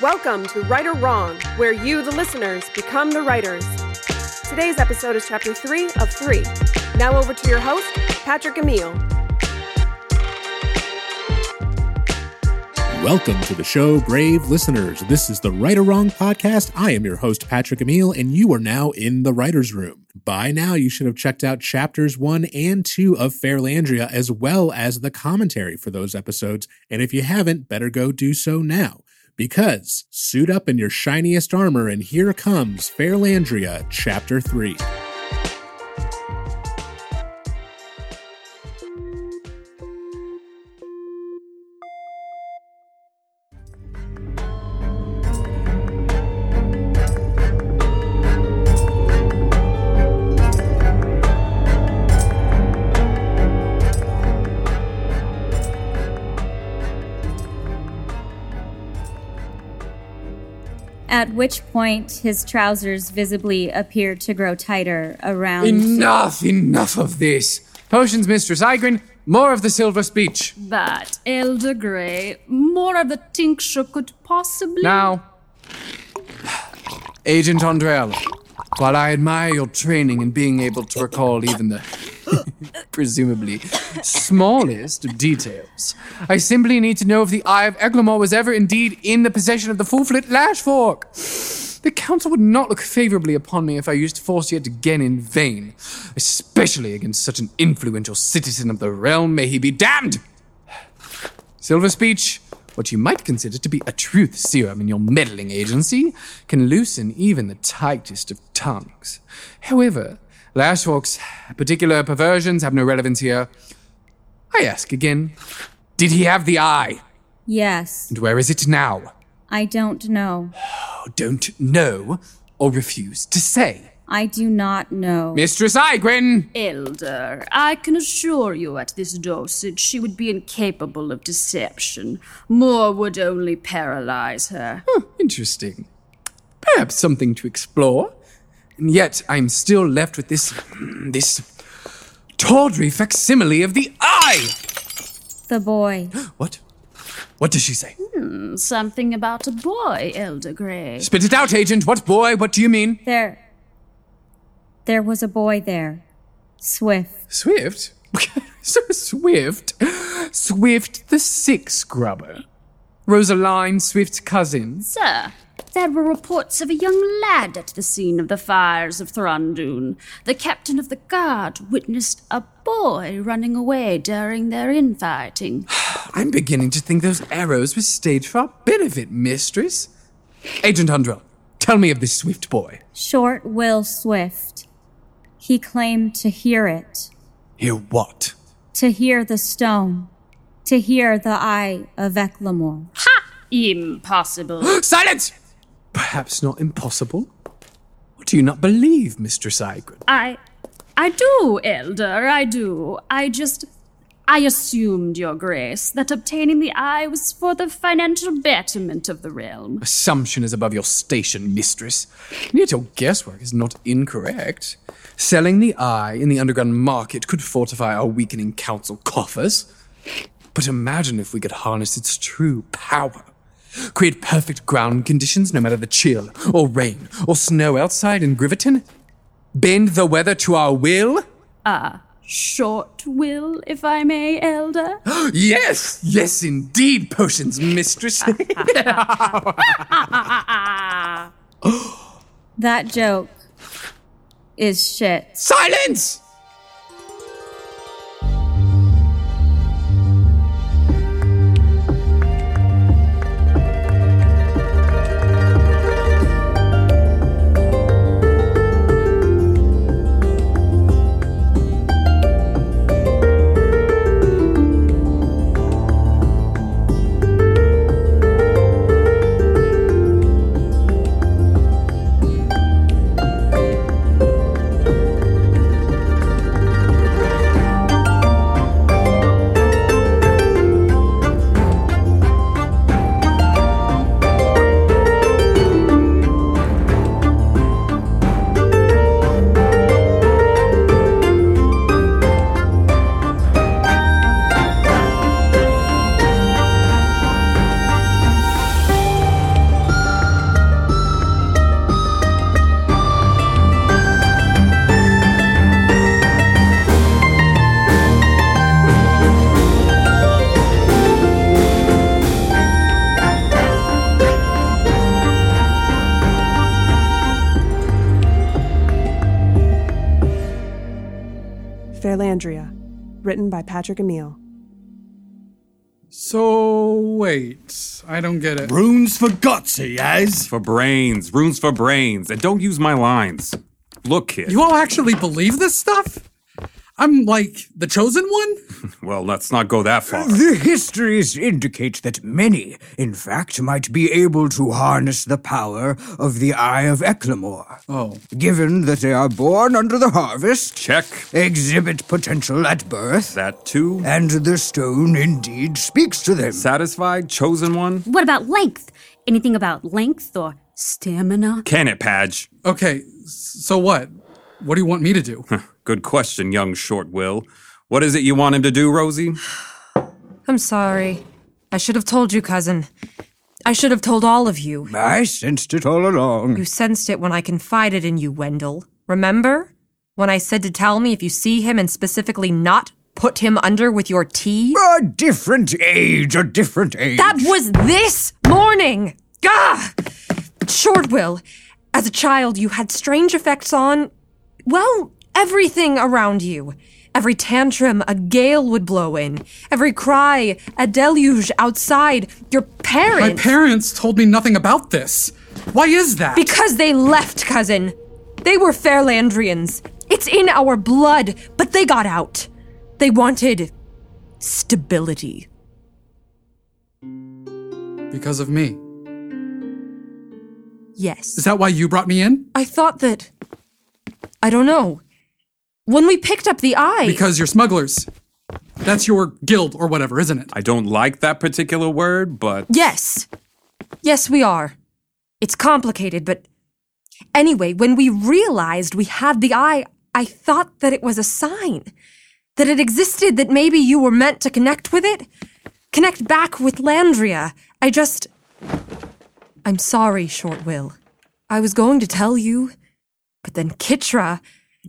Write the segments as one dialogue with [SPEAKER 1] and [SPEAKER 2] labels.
[SPEAKER 1] Welcome to Right or Wrong, where you, the listeners, become the writers. Today's episode is chapter three of three. Now over to your host, Patrick Emile.
[SPEAKER 2] Welcome to the show, brave listeners. This is the Right or Wrong podcast. I am your host, Patrick Emile, and you are now in the writer's room. By now, you should have checked out chapters one and two of Fairlandria, as well as the commentary for those episodes. And if you haven't, better go do so now. Because suit up in your shiniest armor, and here comes Fairlandria, chapter three.
[SPEAKER 3] At which point, his trousers visibly appeared to grow tighter around.
[SPEAKER 4] Enough, enough of this. Potions, Mistress Igrin, more of the silver speech.
[SPEAKER 5] But, Elder Grey, more of the tincture could possibly.
[SPEAKER 4] Now, Agent Andrell, while I admire your training in being able to recall even the presumably smallest of details, I simply need to know if the Eye of Eglamour was ever indeed in the possession of the full-flit Lashfork. The Council would not look favorably upon me if I used force yet again in vain, especially against such an influential citizen of the realm. May he be damned! Silver speech, what you might consider to be a truth serum in your meddling agency, can loosen even the tightest of tongues. However, Lashwalk's particular perversions have no relevance here. I ask again Did he have the eye?
[SPEAKER 3] Yes,
[SPEAKER 4] And where is it now?
[SPEAKER 3] I don't know.
[SPEAKER 4] I don't know or refuse to say.
[SPEAKER 3] I do not know.
[SPEAKER 4] Mistress Igrin!
[SPEAKER 5] Elder, I can assure you at this dosage she would be incapable of deception. More would only paralyze her.
[SPEAKER 3] Hmm.
[SPEAKER 4] Interesting. Perhaps something to explore. And yet, I'm still left with this. this. tawdry facsimile of the eye!
[SPEAKER 3] The boy.
[SPEAKER 4] What? What does she say?
[SPEAKER 5] Hmm, Something about a boy, Elder Grey.
[SPEAKER 4] Spit it out, agent. What boy? What do you mean?
[SPEAKER 3] There. There was a boy there. Swift.
[SPEAKER 4] Swift? so Swift? Swift the six scrubber. Rosaline Swift's cousin.
[SPEAKER 5] Sir, there were reports of a young lad at the scene of the fires of Thranduin. The captain of the guard witnessed a boy running away during their infighting.
[SPEAKER 4] I'm beginning to think those arrows were staged for our benefit, mistress. Agent Hundrell, tell me of this Swift boy.
[SPEAKER 3] Short Will Swift. He claimed to hear it.
[SPEAKER 4] Hear what?
[SPEAKER 3] To hear the stone. To hear the eye of Eclamore.
[SPEAKER 5] Impossible.
[SPEAKER 4] Silence! Perhaps not impossible. What do you not believe, Mistress Igrin?
[SPEAKER 5] I. I do, Elder, I do. I just. I assumed, Your Grace, that obtaining the eye was for the financial betterment of the realm.
[SPEAKER 4] Assumption is above your station, mistress. And yet your guesswork is not incorrect. Selling the eye in the underground market could fortify our weakening council coffers. But imagine if we could harness its true power. Create perfect ground conditions no matter the chill, or rain, or snow outside in Griverton. Bend the weather to our will.
[SPEAKER 5] Short will, if I may, Elder? Ah,
[SPEAKER 4] Yes, yes, indeed, potions, mistress.
[SPEAKER 5] ah,
[SPEAKER 3] That joke is shit.
[SPEAKER 4] Silence!
[SPEAKER 1] Alexandria, written by Patrick Emile.
[SPEAKER 6] So wait, I don't get it.
[SPEAKER 7] Runes for guts, he has.
[SPEAKER 8] For brains, runes for brains, and don't use my lines. Look, kid.
[SPEAKER 6] You all actually believe this stuff? I'm like the chosen one?
[SPEAKER 8] well, let's not go that far.
[SPEAKER 7] The histories indicate that many, in fact, might be able to harness the power of the Eye of Eclamore.
[SPEAKER 6] Oh.
[SPEAKER 7] Given that they are born under the harvest,
[SPEAKER 8] Check
[SPEAKER 7] exhibit potential at birth,
[SPEAKER 8] that too.
[SPEAKER 7] and the stone indeed speaks to them.
[SPEAKER 8] Satisfied, chosen one.
[SPEAKER 5] What about length? Anything about length or stamina?
[SPEAKER 8] Can it, Padge?
[SPEAKER 6] Okay, s- so what? What do you want me to do?
[SPEAKER 8] Good question, young short will. What is it you want him to do, Rosie?
[SPEAKER 9] I'm sorry. I should have told you, cousin. I should have told all of you.
[SPEAKER 7] I sensed it all along.
[SPEAKER 9] You sensed it when I confided in you, Wendell. Remember? When I said to tell me if you see him and specifically not put him under with your tea?
[SPEAKER 7] A different age, a different age.
[SPEAKER 9] That was this morning! Gah! Shortwill, as a child, you had strange effects on, well, everything around you. Every tantrum a gale would blow in, every cry a deluge outside, your
[SPEAKER 6] My
[SPEAKER 9] parents.
[SPEAKER 6] parents told me nothing about this. Why is that?
[SPEAKER 9] because they left, cousin. They were Fairlandrians. It's in our blood, but they got out. They wanted stability.
[SPEAKER 6] because of me.
[SPEAKER 9] Yes.
[SPEAKER 6] Is that why you brought me in?
[SPEAKER 9] I thought that. I don't know. When we picked up the eye.
[SPEAKER 6] Because you're smugglers. That's your guild or whatever, isn't it?
[SPEAKER 8] I don't like that particular word, but
[SPEAKER 9] Yes. Yes, we are. It's complicated, but. Anyway, when we realized we had the eye, I thought that it was a sign. That it existed, that maybe you were meant to connect with it. Connect back with Landria. I just. I'm sorry, Short Will. I was going to tell you, but then Kitra,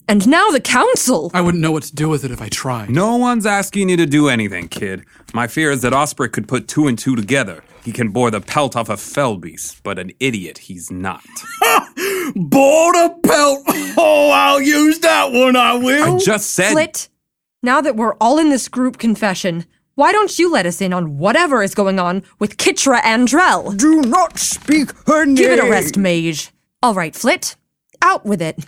[SPEAKER 9] and now the Council!
[SPEAKER 6] I wouldn't know what to do with it if I tried.
[SPEAKER 8] no one's asking you to do anything, kid. My fear is that Osprey could put two and two together. He can bore the pelt off a fell beast, but an idiot he's not.
[SPEAKER 7] Border pelt. Oh, I'll use that one, I will.
[SPEAKER 8] I just said
[SPEAKER 9] Flit, now that we're all in this group confession, why don't you let us in on whatever is going on with Kitra and Drell?
[SPEAKER 7] Do not speak her name.
[SPEAKER 9] Give it a rest, mage. All right, Flit, out with it.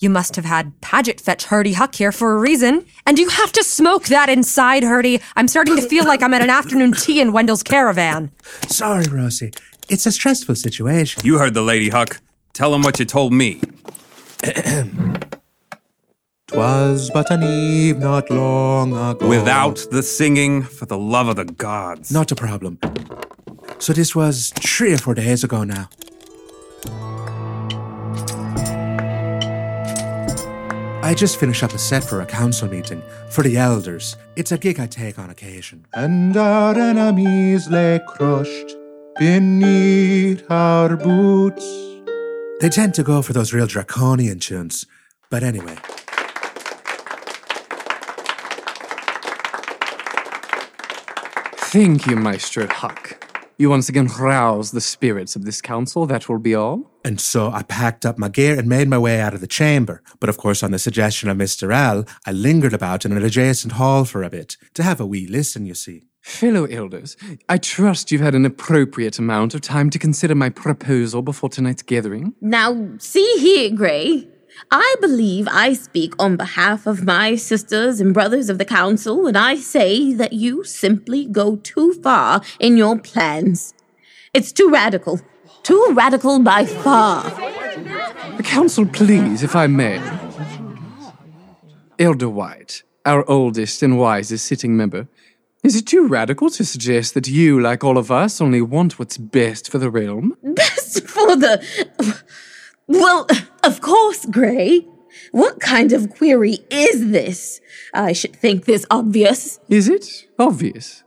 [SPEAKER 9] You must have had Paget fetch Hurdy Huck here for a reason, and you have to smoke that inside, Hurdy. I'm starting to feel like I'm at an afternoon tea in Wendell's caravan.
[SPEAKER 2] Sorry, Rosie. It's a stressful situation.
[SPEAKER 8] You heard the lady, Huck. Tell him what you told me.
[SPEAKER 2] Twas but an eve not long ago.
[SPEAKER 8] Without the singing, for the love of the gods.
[SPEAKER 2] Not a problem. So this was three or four days ago now. I just finished up a set for a council meeting for the elders. It's a gig I take on occasion.
[SPEAKER 10] and our enemies lay crushed beneath our boots.
[SPEAKER 2] They tend to go for those real draconian tunes. But anyway,
[SPEAKER 4] Thank you, Maestro Huck. You once again rouse the spirits of this council, that will be all.
[SPEAKER 2] and so I packed up my gear and made my way out of the chamber. But of course, on the suggestion of Mr. L, I lingered about in an adjacent hall for a bit to have a wee listen, you see.
[SPEAKER 4] Fellow elders, I trust you've had an appropriate amount of time to consider my proposal before tonight's gathering.
[SPEAKER 11] Now, see here, Gray. I believe I speak on behalf of my sisters and brothers of the council, and I say that you simply go too far in your plans. It's too radical. Too radical by far.
[SPEAKER 4] The council, please, if I may. Elder White, our oldest and wisest sitting member, is it too radical to suggest that you, like all of us, only want what's best for the realm?
[SPEAKER 11] Best for the. Well, of course, Gray. What kind of query is this? I should think this obvious.
[SPEAKER 4] Is it obvious?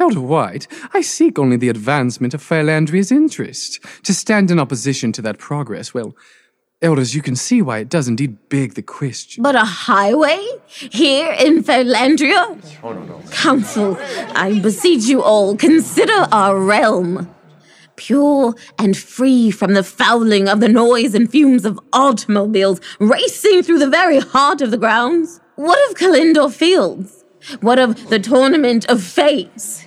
[SPEAKER 4] Elder White, I seek only the advancement of Fairlandria's interest. To stand in opposition to that progress, well, Elders, you can see why it does indeed beg the question.
[SPEAKER 11] But a highway? Here in Fairlandria? Council, I beseech you all, consider our realm. Pure and free from the fouling of the noise and fumes of automobiles racing through the very heart of the grounds. What of Kalindor Fields? What of the Tournament of Fates?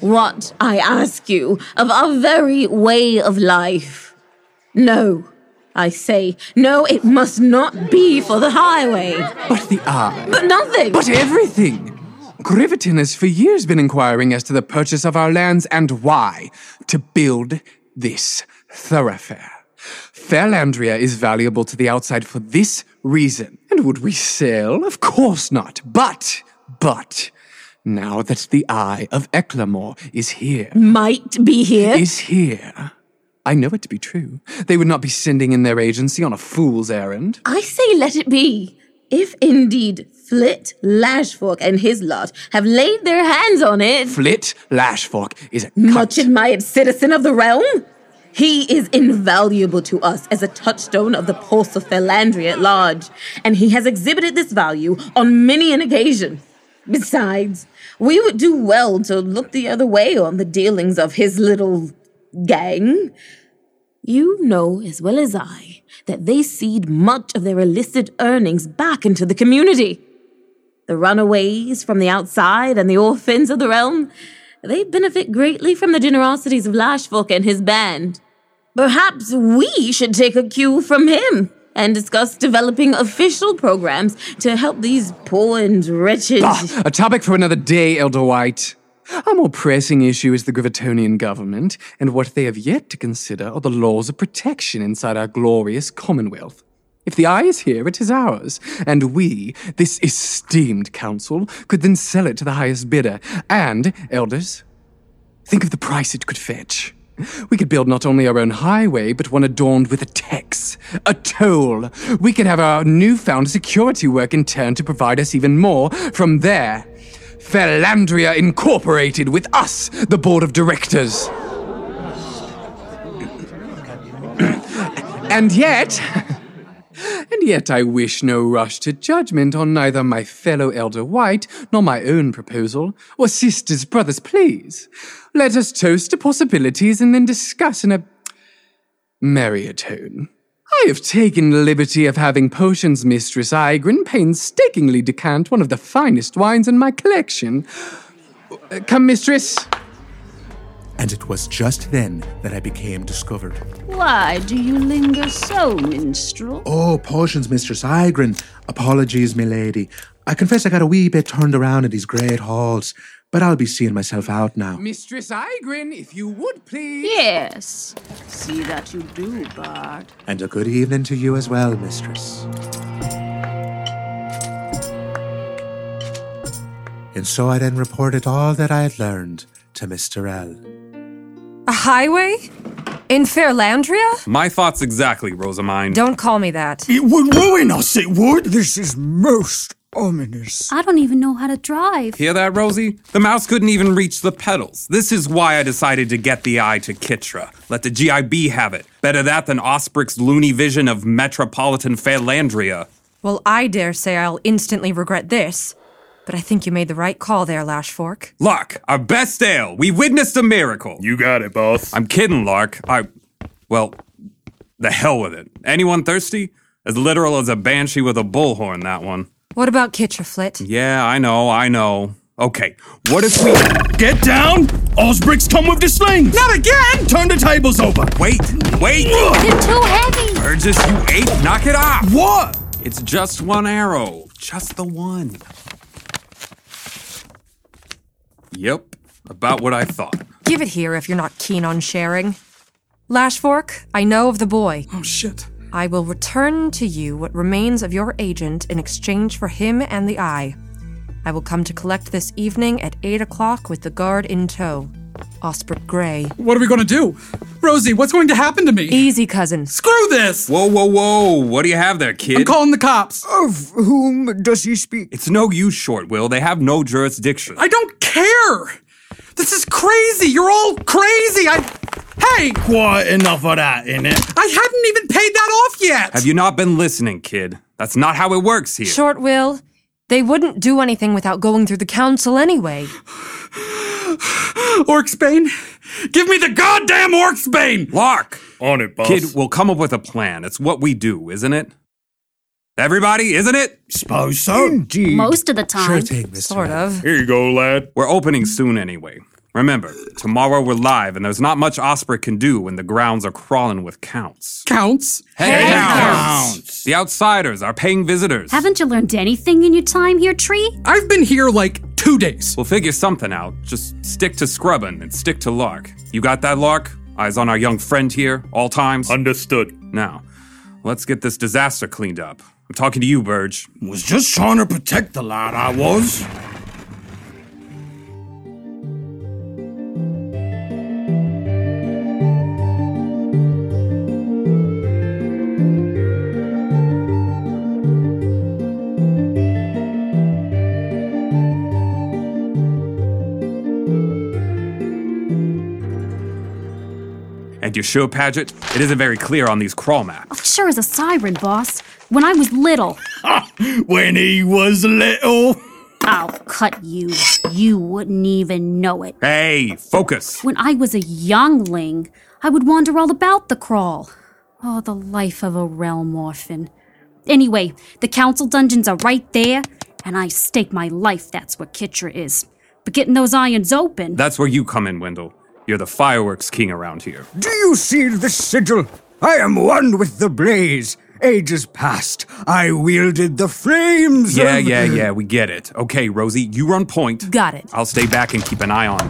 [SPEAKER 11] What, I ask you, of our very way of life? No, I say, no, it must not be for the highway.
[SPEAKER 4] But the eye.
[SPEAKER 11] But nothing!
[SPEAKER 4] But everything! Griveton has for years been inquiring as to the purchase of our lands and why to build this thoroughfare. Fairlandria is valuable to the outside for this reason. And would we sell? Of course not. But, but, now that the eye of Eclamore is here,
[SPEAKER 11] Might be here.
[SPEAKER 4] is here, I know it to be true. They would not be sending in their agency on a fool's errand.
[SPEAKER 11] I say let it be. If indeed Flit, Lashfork, and his lot have laid their hands on it,
[SPEAKER 4] Flit Lashfork is a
[SPEAKER 11] much admired citizen of the realm, he is invaluable to us as a touchstone of the pulse of Philandria at large, and he has exhibited this value on many an occasion. Besides, we would do well to look the other way on the dealings of his little gang. You know as well as I that they seed much of their illicit earnings back into the community. The runaways from the outside and the orphans of the realm, they benefit greatly from the generosities of Lashfolk and his band. Perhaps we should take a cue from him and discuss developing official programs to help these poor and wretched.
[SPEAKER 4] Ah, a topic for another day, Elder White. A more pressing issue is the Gravitonian government, and what they have yet to consider are the laws of protection inside our glorious Commonwealth. If the eye is here, it is ours, and we, this esteemed council, could then sell it to the highest bidder. And, elders, think of the price it could fetch. We could build not only our own highway, but one adorned with a tax, a toll. We could have our newfound security work in turn to provide us even more. From there, Fairlandria Incorporated with us, the board of directors. and yet, and yet I wish no rush to judgment on neither my fellow Elder White nor my own proposal, or sisters, brothers, please. Let us toast to possibilities and then discuss in a merrier tone. I have taken the liberty of having potions mistress Igrin painstakingly decant one of the finest wines in my collection. Uh, Come, mistress.
[SPEAKER 2] And it was just then that I became discovered.
[SPEAKER 5] Why do you linger so, minstrel?
[SPEAKER 2] Oh, potions, Mistress Igrin. Apologies, milady. I confess I got a wee bit turned around in these great halls, but I'll be seeing myself out now.
[SPEAKER 4] Mistress Igrin, if you would please.
[SPEAKER 5] Yes. See that you do, Bard.
[SPEAKER 2] And a good evening to you as well, mistress. And so I then reported all that I had learned to Miss Terrell.
[SPEAKER 9] A highway? In Fairlandria?
[SPEAKER 8] My thoughts exactly, Rosamine.
[SPEAKER 9] Don't call me that.
[SPEAKER 8] It would ruin us, it would!
[SPEAKER 7] This is most ominous.
[SPEAKER 12] I don't even know how to drive.
[SPEAKER 8] Hear that, Rosie? The mouse couldn't even reach the pedals. This is why I decided to get the eye to Kitra. Let the GIB have it. Better that than Osprey's loony vision of metropolitan Phalandria.
[SPEAKER 9] Well, I dare say I'll instantly regret this, but I think you made the right call there, Lashfork.
[SPEAKER 8] Lark, our best ale. We witnessed a miracle. You got it, boss. I'm kidding, Lark. I. Well, the hell with it. Anyone thirsty? As literal as a banshee with a bullhorn, that one.
[SPEAKER 9] What about Kitchaflit?
[SPEAKER 8] Yeah, I know, I know. Okay, what if we. Get down!
[SPEAKER 13] Osbricks come with the slings! Not again! Turn the tables over!
[SPEAKER 8] Wait, wait!
[SPEAKER 12] They're too heavy.
[SPEAKER 8] Burgess, you ape, knock it off! What? It's just one arrow. Just the one. Yep, about what I thought.
[SPEAKER 9] Give it here if you're not keen on sharing. Lashfork, I know of the boy.
[SPEAKER 6] Oh, shit.
[SPEAKER 9] I will return to you what remains of your agent in exchange for him and the eye. I will come to collect this evening at 8 o'clock with the guard in tow. Osbert Grey.
[SPEAKER 6] What are we gonna do? Rosie, what's going to happen to me?
[SPEAKER 9] Easy, cousin.
[SPEAKER 6] Screw this!
[SPEAKER 8] Whoa, whoa, whoa! What do you have there, kid?
[SPEAKER 6] I'm calling the cops.
[SPEAKER 7] Of whom does he speak?
[SPEAKER 8] It's no use, Short Will. They have no jurisdiction.
[SPEAKER 6] I don't care! This is crazy! You're all crazy! I. Hey!
[SPEAKER 13] Quite enough of that, innit?
[SPEAKER 6] I haven't even paid that off yet!
[SPEAKER 8] Have you not been listening, kid? That's not how it works here.
[SPEAKER 9] Short Will, they wouldn't do anything without going through the council anyway.
[SPEAKER 6] Orcsbane? Give me the goddamn Orcsbane!
[SPEAKER 8] Lark!
[SPEAKER 13] On it, boss.
[SPEAKER 8] Kid, we'll come up with a plan. It's what we do, isn't it? Everybody, isn't it? Suppose so. Indeed.
[SPEAKER 5] Most of the time.
[SPEAKER 9] Sort of.
[SPEAKER 8] Here you go, lad. We're opening soon anyway. Remember, tomorrow we're live, and there's not much Osprey can do when the grounds are crawling with counts.
[SPEAKER 6] Counts.
[SPEAKER 8] Head counts. The outsiders are paying visitors.
[SPEAKER 12] Haven't you learned anything in your time here, Tree?
[SPEAKER 6] I've been here like two days.
[SPEAKER 8] We'll figure something out. Just stick to scrubbing and stick to Lark. You got that, Lark? Eyes on our young friend here, all times. Understood. Now, let's get this disaster cleaned up. I'm talking to you, Burge. Was
[SPEAKER 13] Just trying to protect the lad, I was.
[SPEAKER 8] And you sure, Paget? It isn't very clear on these crawl maps.
[SPEAKER 12] Oh, Sure as a siren, boss. When I was little.
[SPEAKER 13] When he was little.
[SPEAKER 12] I'll cut you. You wouldn't even know it.
[SPEAKER 8] Hey, focus.
[SPEAKER 12] When I was a youngling, I would wander all about the crawl. Oh, the life of a realm orphan. Anyway, the council dungeons are right there, and I stake my life that's where Kitra is. But getting those irons open.
[SPEAKER 8] That's where you come in, Wendell. You're the fireworks king around here.
[SPEAKER 7] Do you see this sigil? I am one with the blaze. Ages past, I wielded the flames.
[SPEAKER 8] Yeah,
[SPEAKER 7] of-
[SPEAKER 8] yeah, yeah, we get it. Okay, Rosie, you run point.
[SPEAKER 9] Got it.
[SPEAKER 8] I'll stay back and keep an eye on.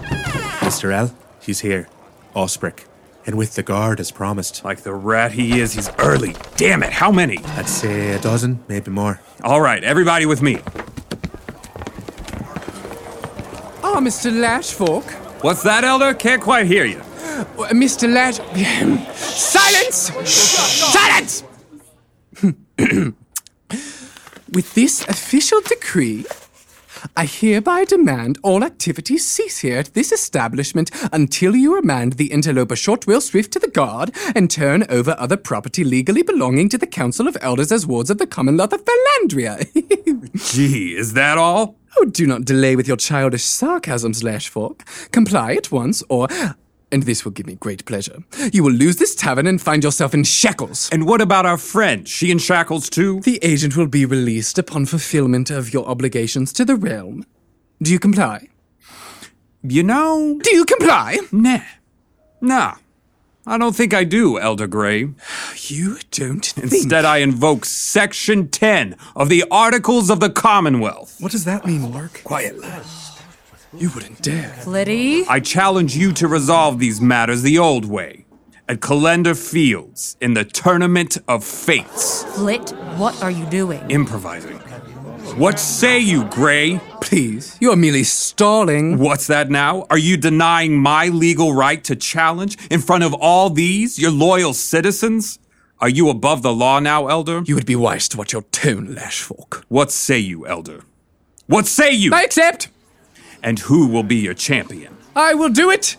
[SPEAKER 2] Mr. L, he's here. Osprick. And with the guard as promised.
[SPEAKER 8] Like the rat he is, he's early. Damn it, how many?
[SPEAKER 2] I'd say a dozen, maybe more.
[SPEAKER 8] All right, everybody with me.
[SPEAKER 4] Ah, Mr. Lashfork.
[SPEAKER 8] What's that, Elder? Can't quite hear you.
[SPEAKER 4] Uh, Mr. Lash. Silence! Silence! With this official decree, I hereby demand all activities cease here at this establishment until you remand the interloper Shortwill Swift to the guard and turn over other property legally belonging to the Council of Elders as wards of the Commonwealth of Valandria.
[SPEAKER 8] Gee, is that all?
[SPEAKER 4] Oh, do not delay with your childish sarcasms, Lashfork. Comply at once, or, and this will give me great pleasure, you will lose this tavern and find yourself in shackles.
[SPEAKER 8] And what about our friend? She in shackles too?
[SPEAKER 4] The agent will be released upon fulfillment of your obligations to the realm. Do you comply?
[SPEAKER 8] You know.
[SPEAKER 4] Do you comply?
[SPEAKER 8] Nah. Nah. I don't think I do, Elder Grey.
[SPEAKER 4] You don't
[SPEAKER 8] Instead, I invoke Section 10 of the Articles of the Commonwealth.
[SPEAKER 4] What does that mean, Lark? Quiet, lad. You wouldn't dare.
[SPEAKER 9] Liddy?
[SPEAKER 8] I challenge you to resolve these matters the old way at Calendar Fields in the Tournament of Fates.
[SPEAKER 9] Flit, what are you doing?
[SPEAKER 8] Improvising. What say you, Gray?
[SPEAKER 4] Please, you are merely stalling.
[SPEAKER 8] What's that now? Are you denying my legal right to challenge in front of all these, your loyal citizens? Are you above the law now, Elder?
[SPEAKER 4] You would be wise to watch your tone, Lashfork.
[SPEAKER 8] What say you, Elder? What say you?
[SPEAKER 4] I accept.
[SPEAKER 8] And who will be your champion?
[SPEAKER 4] I will do it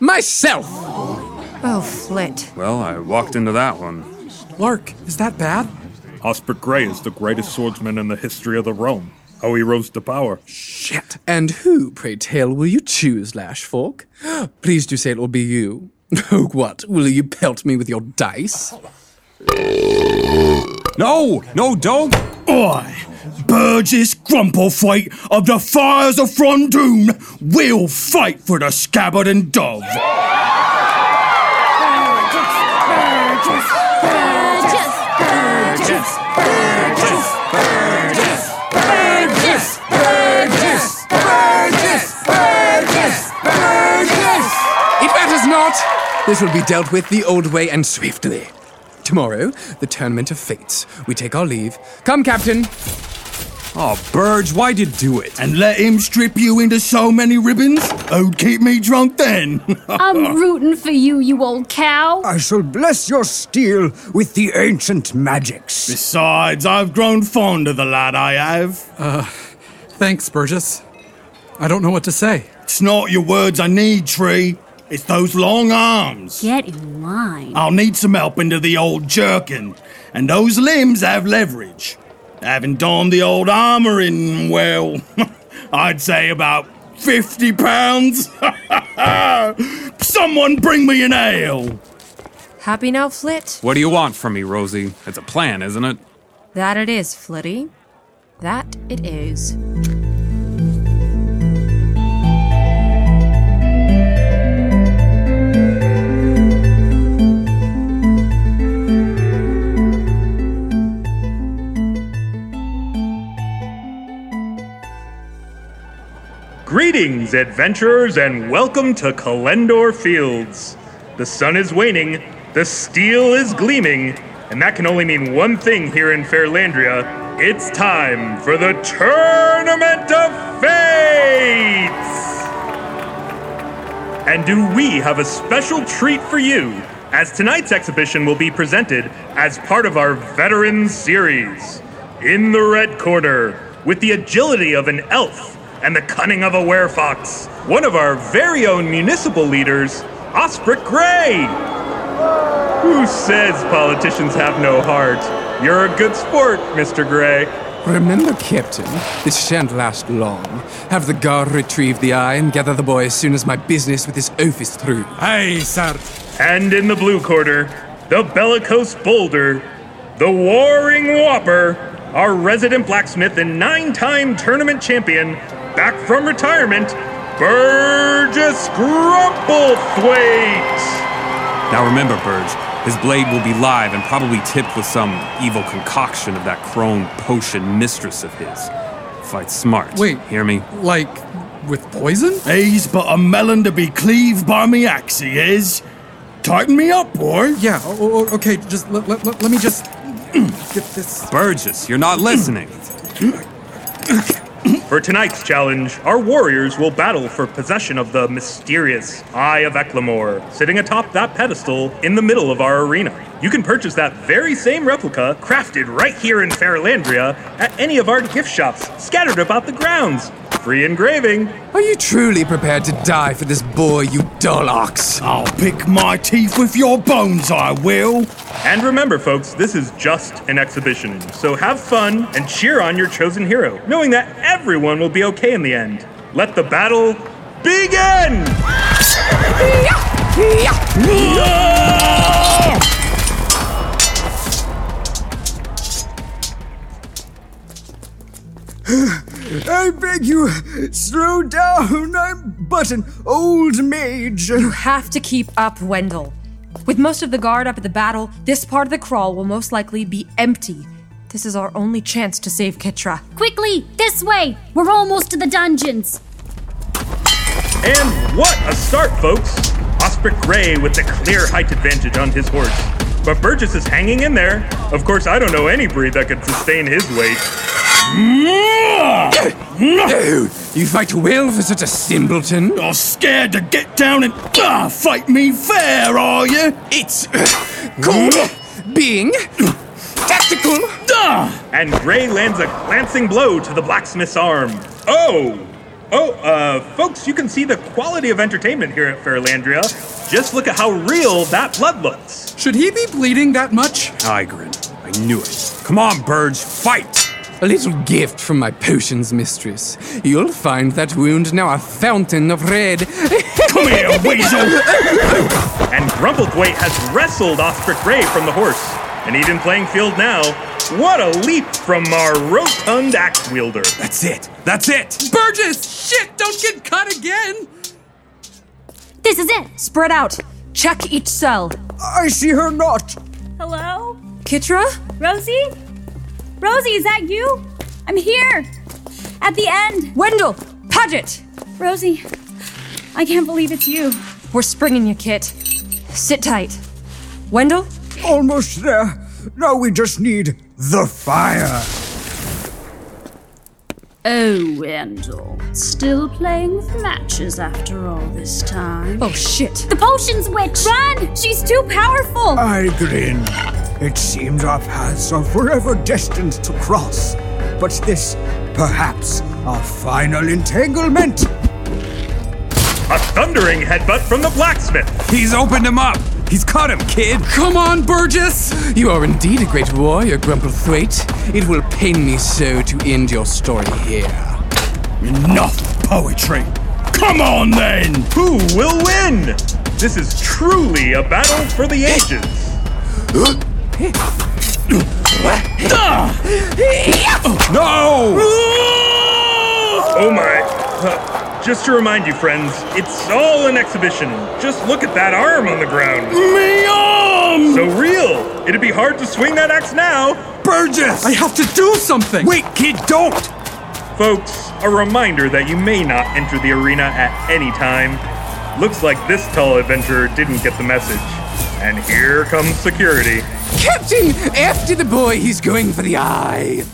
[SPEAKER 4] myself.
[SPEAKER 9] Oh, Flit.
[SPEAKER 8] Well, I walked into that one.
[SPEAKER 4] Lark, is that bad?
[SPEAKER 14] Osprey Grey is the greatest swordsman in the history of the realm. How he rose to power.
[SPEAKER 4] Shit. And who, pray tell, will you choose, Lashfork? Please do say it will be you. Oh, what? Will you pelt me with your dice?
[SPEAKER 8] No, no, don't.
[SPEAKER 13] Oi! Burgess Grumplefight of the Fires of Frondoon will fight for the scabbard and dove.
[SPEAKER 4] It matters not! This will be dealt with the old way and swiftly. Tomorrow, the Tournament of Fates. We take our leave. Come, Captain! Ah,
[SPEAKER 8] Oh, Burge, why'd you do it?
[SPEAKER 13] And let him strip you into so many ribbons, who'd keep me drunk then?
[SPEAKER 12] I'm
[SPEAKER 9] Um,
[SPEAKER 12] rooting for you, you old cow.
[SPEAKER 7] I shall bless your steel with the ancient magics.
[SPEAKER 13] Besides, I've grown fond of the lad I have. Uh,
[SPEAKER 6] thanks, Burgess. I don't know what to say.
[SPEAKER 13] It's not your words I need, Tree. It's those long arms.
[SPEAKER 12] Get in line.
[SPEAKER 13] I'll need some help into the old jerkin, and those limbs have leverage. Having donned the old armor in, well, I'd say about 50 pounds. Someone bring me an ale!
[SPEAKER 9] Happy now, Flit?
[SPEAKER 8] What do you want from me, Rosie? It's a plan, isn't it?
[SPEAKER 9] That it is, Flitty. That it is.
[SPEAKER 14] Greetings, adventurers, and welcome to Kalendor Fields. The sun is waning, the steel is gleaming, and that can only mean one thing here in Fairlandria. It's time for the Tournament of Fates! And do we have a special treat for you? As tonight's exhibition will be presented as part of our veteran series. In the red corner, with the agility of an elf and the cunning of a werefox, one of our very own municipal leaders, Osprick Gray. Who says politicians have no heart? You're a good sport, Mr. Gray.
[SPEAKER 4] Remember, Captain, this shan't last long. Have the guard retrieve the eye and gather the boy as soon as my business with this oaf is through.
[SPEAKER 14] Aye, sir. And in the blue quarter, the bellicose boulder, the warring whopper, our resident blacksmith and nine time tournament champion, back from retirement, Burgess Grumblethwaite.
[SPEAKER 8] Now remember, Burge, his blade will be live and probably tipped with some evil concoction of that crone potion mistress of his. Fight smart.
[SPEAKER 13] Wait.
[SPEAKER 8] Hear me?
[SPEAKER 13] Like, with poison? He's but a melon to be cleaved by me axe, he is. Tighten me up, boy.
[SPEAKER 6] Yeah, o- o- okay, just let, let, let, let me just get this.
[SPEAKER 8] Burgess, you're not listening.
[SPEAKER 14] For tonight's challenge, our warriors will battle for possession of the mysterious Eye of Eclamore, sitting atop that pedestal in the middle of our arena. You can purchase that very same replica, crafted right here in Fairlandria, at any of our gift shops scattered about the grounds. Free engraving.
[SPEAKER 4] Are you truly prepared to die for this boy, you dull ox?
[SPEAKER 13] I'll pick my teeth with your bones, I will.
[SPEAKER 14] And remember, folks, this is just an exhibition. So have fun and cheer on your chosen hero, knowing that everyone will be okay in the end. Let the battle begin!
[SPEAKER 7] I beg you, slow down. I'm but an old mage.
[SPEAKER 9] You have to keep up, Wendell. With most of the guard up at the battle, this part of the crawl will most likely be empty. This is our only chance to save Kitra.
[SPEAKER 12] Quickly, this way! We're almost to the dungeons!
[SPEAKER 14] And what a start, folks! Osprey Gray with the clear height advantage on his horse. But Burgess is hanging in there. Of course, I don't know any breed that could sustain his weight.
[SPEAKER 4] No! You fight well for such a simpleton?
[SPEAKER 13] You're scared to get down and ah, fight me fair, are you?
[SPEAKER 4] It's called being tactical.
[SPEAKER 14] And Gray lands a glancing blow to the blacksmith's arm. Oh! Oh, uh, folks, you can see the quality of entertainment here at Fairlandria. Just look at how real that blood looks.
[SPEAKER 6] Should he be bleeding that much?
[SPEAKER 8] I grin. I knew it. Come on, Burge, fight!
[SPEAKER 4] A little gift from my potions mistress. You'll find that wound now a fountain of red.
[SPEAKER 14] Come here, weasel! And Grumblethwaite has wrestled Osprey Gray from the horse. And even playing field now, what a leap from our rotund axe wielder.
[SPEAKER 8] That's it. That's it.
[SPEAKER 6] Burgess, shit, don't get cut again!
[SPEAKER 12] This is it!
[SPEAKER 9] Spread out. Check each cell.
[SPEAKER 7] I see her not.
[SPEAKER 15] Hello?
[SPEAKER 9] Kitra?
[SPEAKER 15] Rosie? Rosie, is that you? I'm here! At the end!
[SPEAKER 9] Wendell! Paget!
[SPEAKER 15] Rosie, I can't believe it's you.
[SPEAKER 9] We're springing you, Kit. Sit tight. Wendell?
[SPEAKER 7] Almost there. Now we just need the fire.
[SPEAKER 5] Oh, Wendell. Still playing with matches after all this time.
[SPEAKER 9] Oh, shit.
[SPEAKER 12] The potions witch! Run! She's too powerful!
[SPEAKER 7] I grin. It seems our paths are forever destined to cross. But this, perhaps, our final entanglement.
[SPEAKER 14] A thundering headbutt from the blacksmith.
[SPEAKER 8] He's opened him up. He's cut him, kid.
[SPEAKER 4] Come on, Burgess! You are indeed a great warrior, Grumblethwaite. It will pain me so to end your story here.
[SPEAKER 13] Enough poetry. Come on then!
[SPEAKER 14] Who will win? This is truly a battle for the ages. Ah! No! Oh my. Uh, just to remind you, friends, it's all an exhibition. Just look at that arm on the ground.
[SPEAKER 13] Me
[SPEAKER 4] Mm.
[SPEAKER 13] arm!
[SPEAKER 14] So real. It'd be hard to swing that axe now. Burgess! I have to do something! Wait, kid, don't! Folks, a reminder that you may not enter the arena at any time. Looks like this tall adventurer didn't get the message. And here comes security.
[SPEAKER 4] Captain, after the boy, he's going for the eye.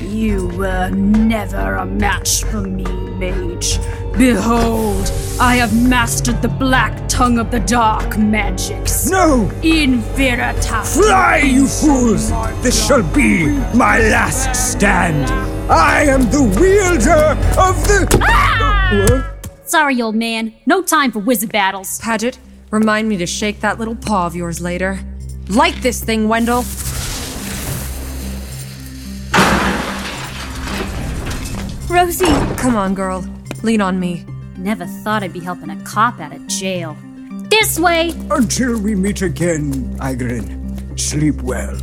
[SPEAKER 5] You were never a match for me, mage. Behold, I have mastered the black tongue of the dark magics.
[SPEAKER 7] No!
[SPEAKER 5] In Veritas.
[SPEAKER 7] Fly, you fools! This shall be my last stand. I am the wielder of the.
[SPEAKER 12] Ah! Sorry, old man. No time for wizard battles.
[SPEAKER 9] Paget, remind me to shake that little paw of yours later. Light this thing, Wendell.
[SPEAKER 12] Rosie!
[SPEAKER 9] Come on, girl. Lean on me.
[SPEAKER 12] Never thought I'd be helping a cop out of jail. This way!
[SPEAKER 7] Until we meet again, Igrin. Sleep well.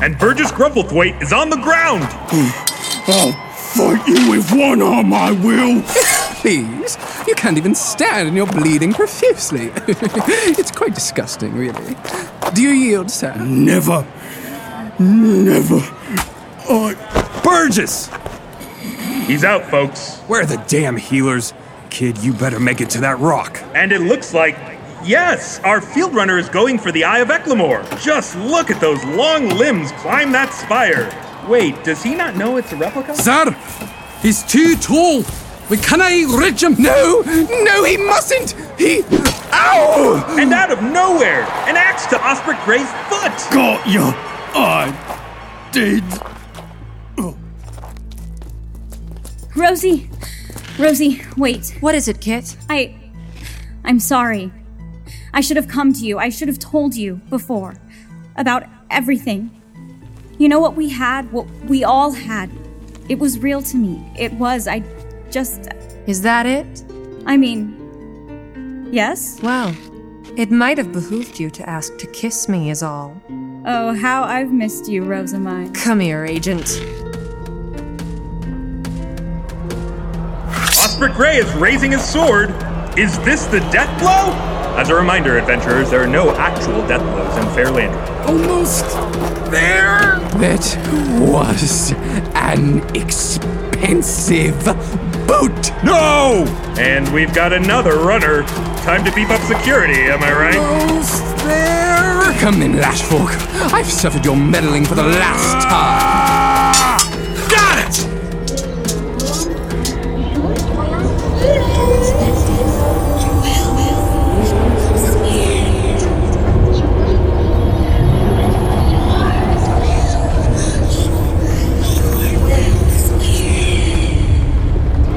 [SPEAKER 14] And Burgess Grumblethwaite is on the ground!
[SPEAKER 13] I'll fight you with one arm, I will.
[SPEAKER 4] Please, you can't even stand and you're bleeding profusely. it's quite disgusting, really. Do you yield, sir?
[SPEAKER 13] Never. Never. I.
[SPEAKER 8] Burgess! He's out, folks. Where are the damn healers? Kid, you better make it to that rock.
[SPEAKER 14] And it looks like, yes, our field runner is going for the Eye of Eclamore. Just look at those long limbs climb that spire. Wait, does he not know it's a replica?
[SPEAKER 6] Sir, he's too tall. We cannot reach him.
[SPEAKER 4] No, no, he mustn't. He.
[SPEAKER 14] Ow! And out of nowhere, an axe to Osbert Gray's foot!
[SPEAKER 13] Got you. I did.
[SPEAKER 12] Rosie! Rosie, wait.
[SPEAKER 9] What is it, Kit?
[SPEAKER 12] I. I'm sorry. I should have come to you. I should have told you before about everything. You know what we had? What we all had? It was real to me. It was. I just.
[SPEAKER 9] Is that it?
[SPEAKER 12] I mean. Yes?
[SPEAKER 9] Well, it might have behooved you to ask to kiss me, is all.
[SPEAKER 12] Oh, how I've missed you, Rosamine.
[SPEAKER 9] Come here, Agent.
[SPEAKER 14] Osbert Gray is raising his sword. Is this the death blow? As a reminder, adventurers, there are no actual death blows in Fairlander.
[SPEAKER 13] Almost there.
[SPEAKER 4] That was an expensive boot.
[SPEAKER 14] No! And we've got another runner. Time to beef up security, am I right?
[SPEAKER 4] Come in, Lashfork. I've suffered your meddling for the last time.
[SPEAKER 13] Ah!
[SPEAKER 4] Got it!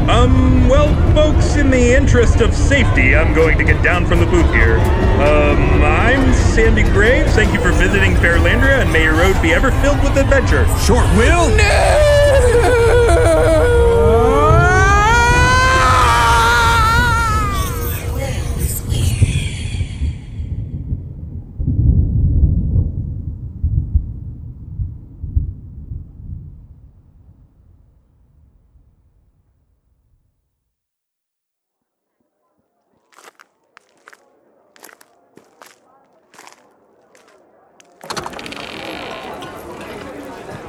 [SPEAKER 14] Um, well, folks, in the interest of safety, I'm going to get down from the booth here. Um, I'm Sandy Graves. Thank you for visiting Fairlandria, and may your road be ever filled with adventure. Sure will.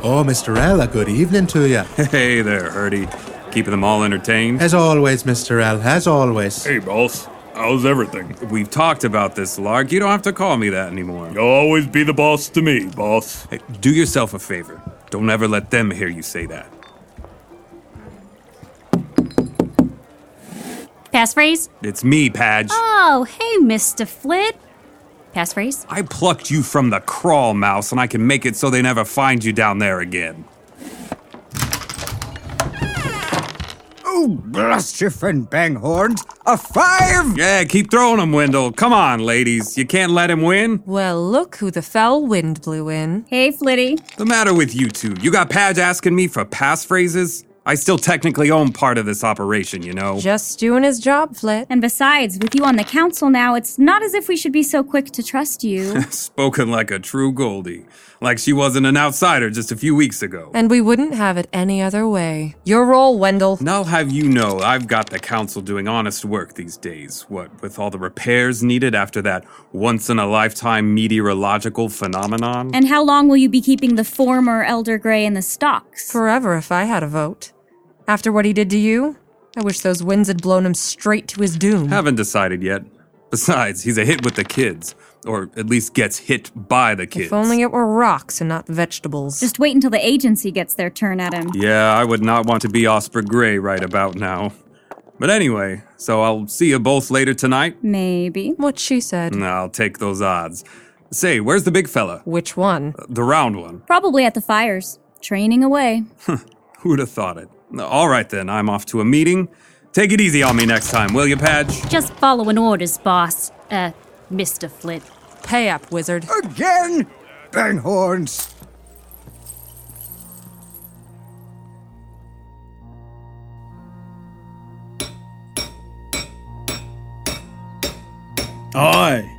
[SPEAKER 16] Oh, Mr. Ella, good evening to you.
[SPEAKER 8] Hey there, Herdy. Keeping them all entertained.
[SPEAKER 16] As always, Mr. L, as always.
[SPEAKER 8] Hey, boss. How's everything? We've talked about this, Lark. You don't have to call me that anymore.
[SPEAKER 14] You'll always be the boss to me, boss.
[SPEAKER 8] Hey, do yourself a favor. Don't ever let them hear you say that.
[SPEAKER 12] Passphrase?
[SPEAKER 8] It's me, Padge.
[SPEAKER 12] Oh, hey, Mr. Flit. Passphrase?
[SPEAKER 8] I plucked you from the crawl mouse, and I can make it so they never find you down there again.
[SPEAKER 7] Oh, blast your friend Banghorns. A five!
[SPEAKER 8] Yeah, keep throwing them, Wendell. Come on, ladies. You can't let him win.
[SPEAKER 9] Well, look who the foul wind blew in.
[SPEAKER 12] Hey, Flitty.
[SPEAKER 8] The matter with you two? You got Padge asking me for pass phrases? I still technically own part of this operation, you know?
[SPEAKER 9] Just doing his job, Flit.
[SPEAKER 3] And besides, with you on the council now, it's not as if we should be so quick to trust you.
[SPEAKER 8] Spoken like a true Goldie. Like she wasn't an outsider just a few weeks ago.
[SPEAKER 9] And we wouldn't have it any other way. Your role, Wendell.
[SPEAKER 8] And I'll have you know, I've got the council doing honest work these days. What with all the repairs needed after that once in a lifetime meteorological phenomenon?
[SPEAKER 3] and how long will you be keeping the former Elder Grey in the stocks?
[SPEAKER 9] Forever, if I had a vote. After what he did to you, I wish those winds had blown him straight to his doom.
[SPEAKER 8] Haven't decided yet. Besides, he's a hit with the kids, or at least gets hit by the kids.
[SPEAKER 9] If only it were rocks and not vegetables.
[SPEAKER 3] Just wait until the agency gets their turn at him.
[SPEAKER 8] Yeah, I would not want to be Osprey Gray right about now. But anyway, so I'll see you both later tonight.
[SPEAKER 3] Maybe.
[SPEAKER 9] What she said.
[SPEAKER 8] Nah, I'll take those odds. Say, where's the big fella? Uh,
[SPEAKER 9] Which one?
[SPEAKER 8] The round one.
[SPEAKER 3] Probably at the fires, training away.
[SPEAKER 8] Who'd have thought it? All right then, I'm off to a meeting. Take it easy on me next time, will you, Padge?
[SPEAKER 12] Just following orders, boss. Uh, Mr. Flit.
[SPEAKER 9] Pay up, wizard.
[SPEAKER 7] Again? Bang horns!
[SPEAKER 13] Aye.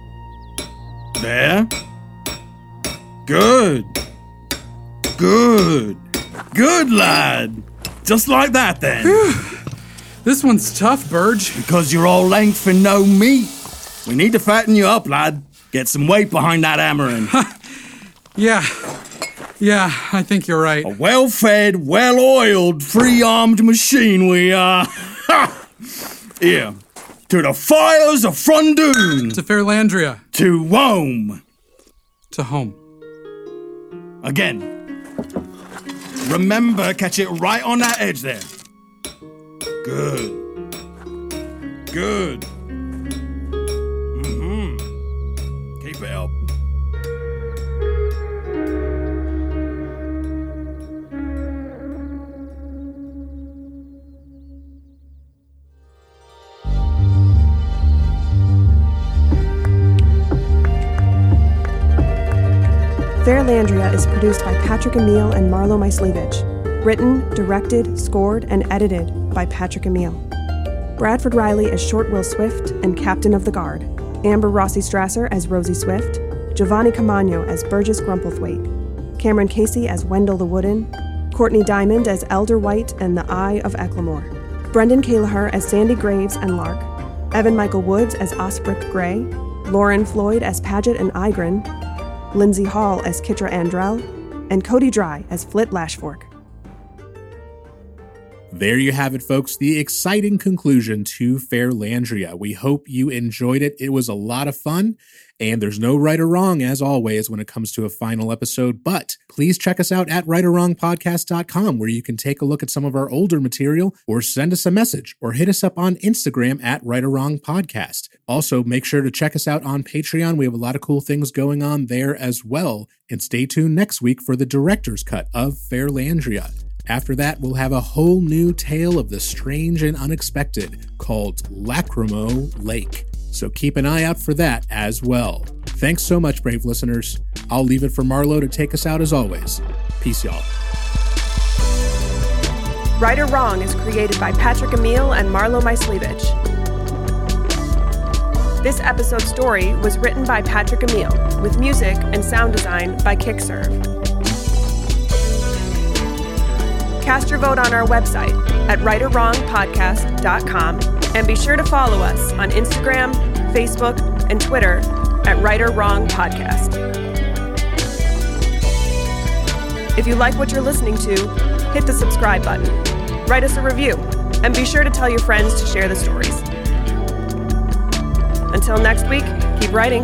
[SPEAKER 13] There. Good. Good. Good lad. Just like that then.
[SPEAKER 6] this one's tough, Burge.
[SPEAKER 13] Because you're all length for no meat. We need to fatten you up, lad. Get some weight behind that hammering.
[SPEAKER 6] yeah. Yeah, I think you're right. A
[SPEAKER 13] well fed, well oiled, free armed machine we are. Here. To the fires of Frondoon.
[SPEAKER 6] To Fairlandria.
[SPEAKER 13] To Rome.
[SPEAKER 6] To home.
[SPEAKER 13] Again. Remember, catch it right on that edge there. Good. Good. Mm-hmm. Keep it up.
[SPEAKER 1] Fairlandria is produced by Patrick Emile and Marlo Myslevich. Written, directed, scored, and edited by Patrick Emile. Bradford Riley as Short Will Swift and Captain of the Guard. Amber Rossi Strasser as Rosie Swift. Giovanni Camagno as Burgess Grumplethwaite. Cameron Casey as Wendell the Wooden. Courtney Diamond as Elder White and the Eye of Ecklemore. Brendan Calaher as Sandy Graves and Lark. Evan Michael Woods as Osbrick Gray. Lauren Floyd as Paget and Igrin. Lindsay Hall as Kitra Andrell, and Cody Dry as Flit Lashfork.
[SPEAKER 2] There you have it, folks. The exciting conclusion to Fairlandria. We hope you enjoyed it. It was a lot of fun, and there's no right or wrong, as always, when it comes to a final episode. But please check us out at rightorwrongpodcast.com, where you can take a look at some of our older material, or send us a message, or hit us up on Instagram at rightorwrongpodcast. Also, make sure to check us out on Patreon. We have a lot of cool things going on there as well. And stay tuned next week for the director's cut of Fairlandria. After that, we'll have a whole new tale of the strange and unexpected called Lacrimo Lake. So keep an eye out for that as well. Thanks so much, brave listeners. I'll leave it for Marlo to take us out as always. Peace, y'all.
[SPEAKER 1] Right or Wrong is created by Patrick Emile and Marlo Myslevich. This episode's story was written by Patrick Emile, with music and sound design by Kickserve. Cast your vote on our website at rightorwrongpodcast.com and be sure to follow us on Instagram, Facebook, and Twitter at Right or Wrong Podcast. If you like what you're listening to, hit the subscribe button, write us a review, and be sure to tell your friends to share the stories. Until next week, keep writing.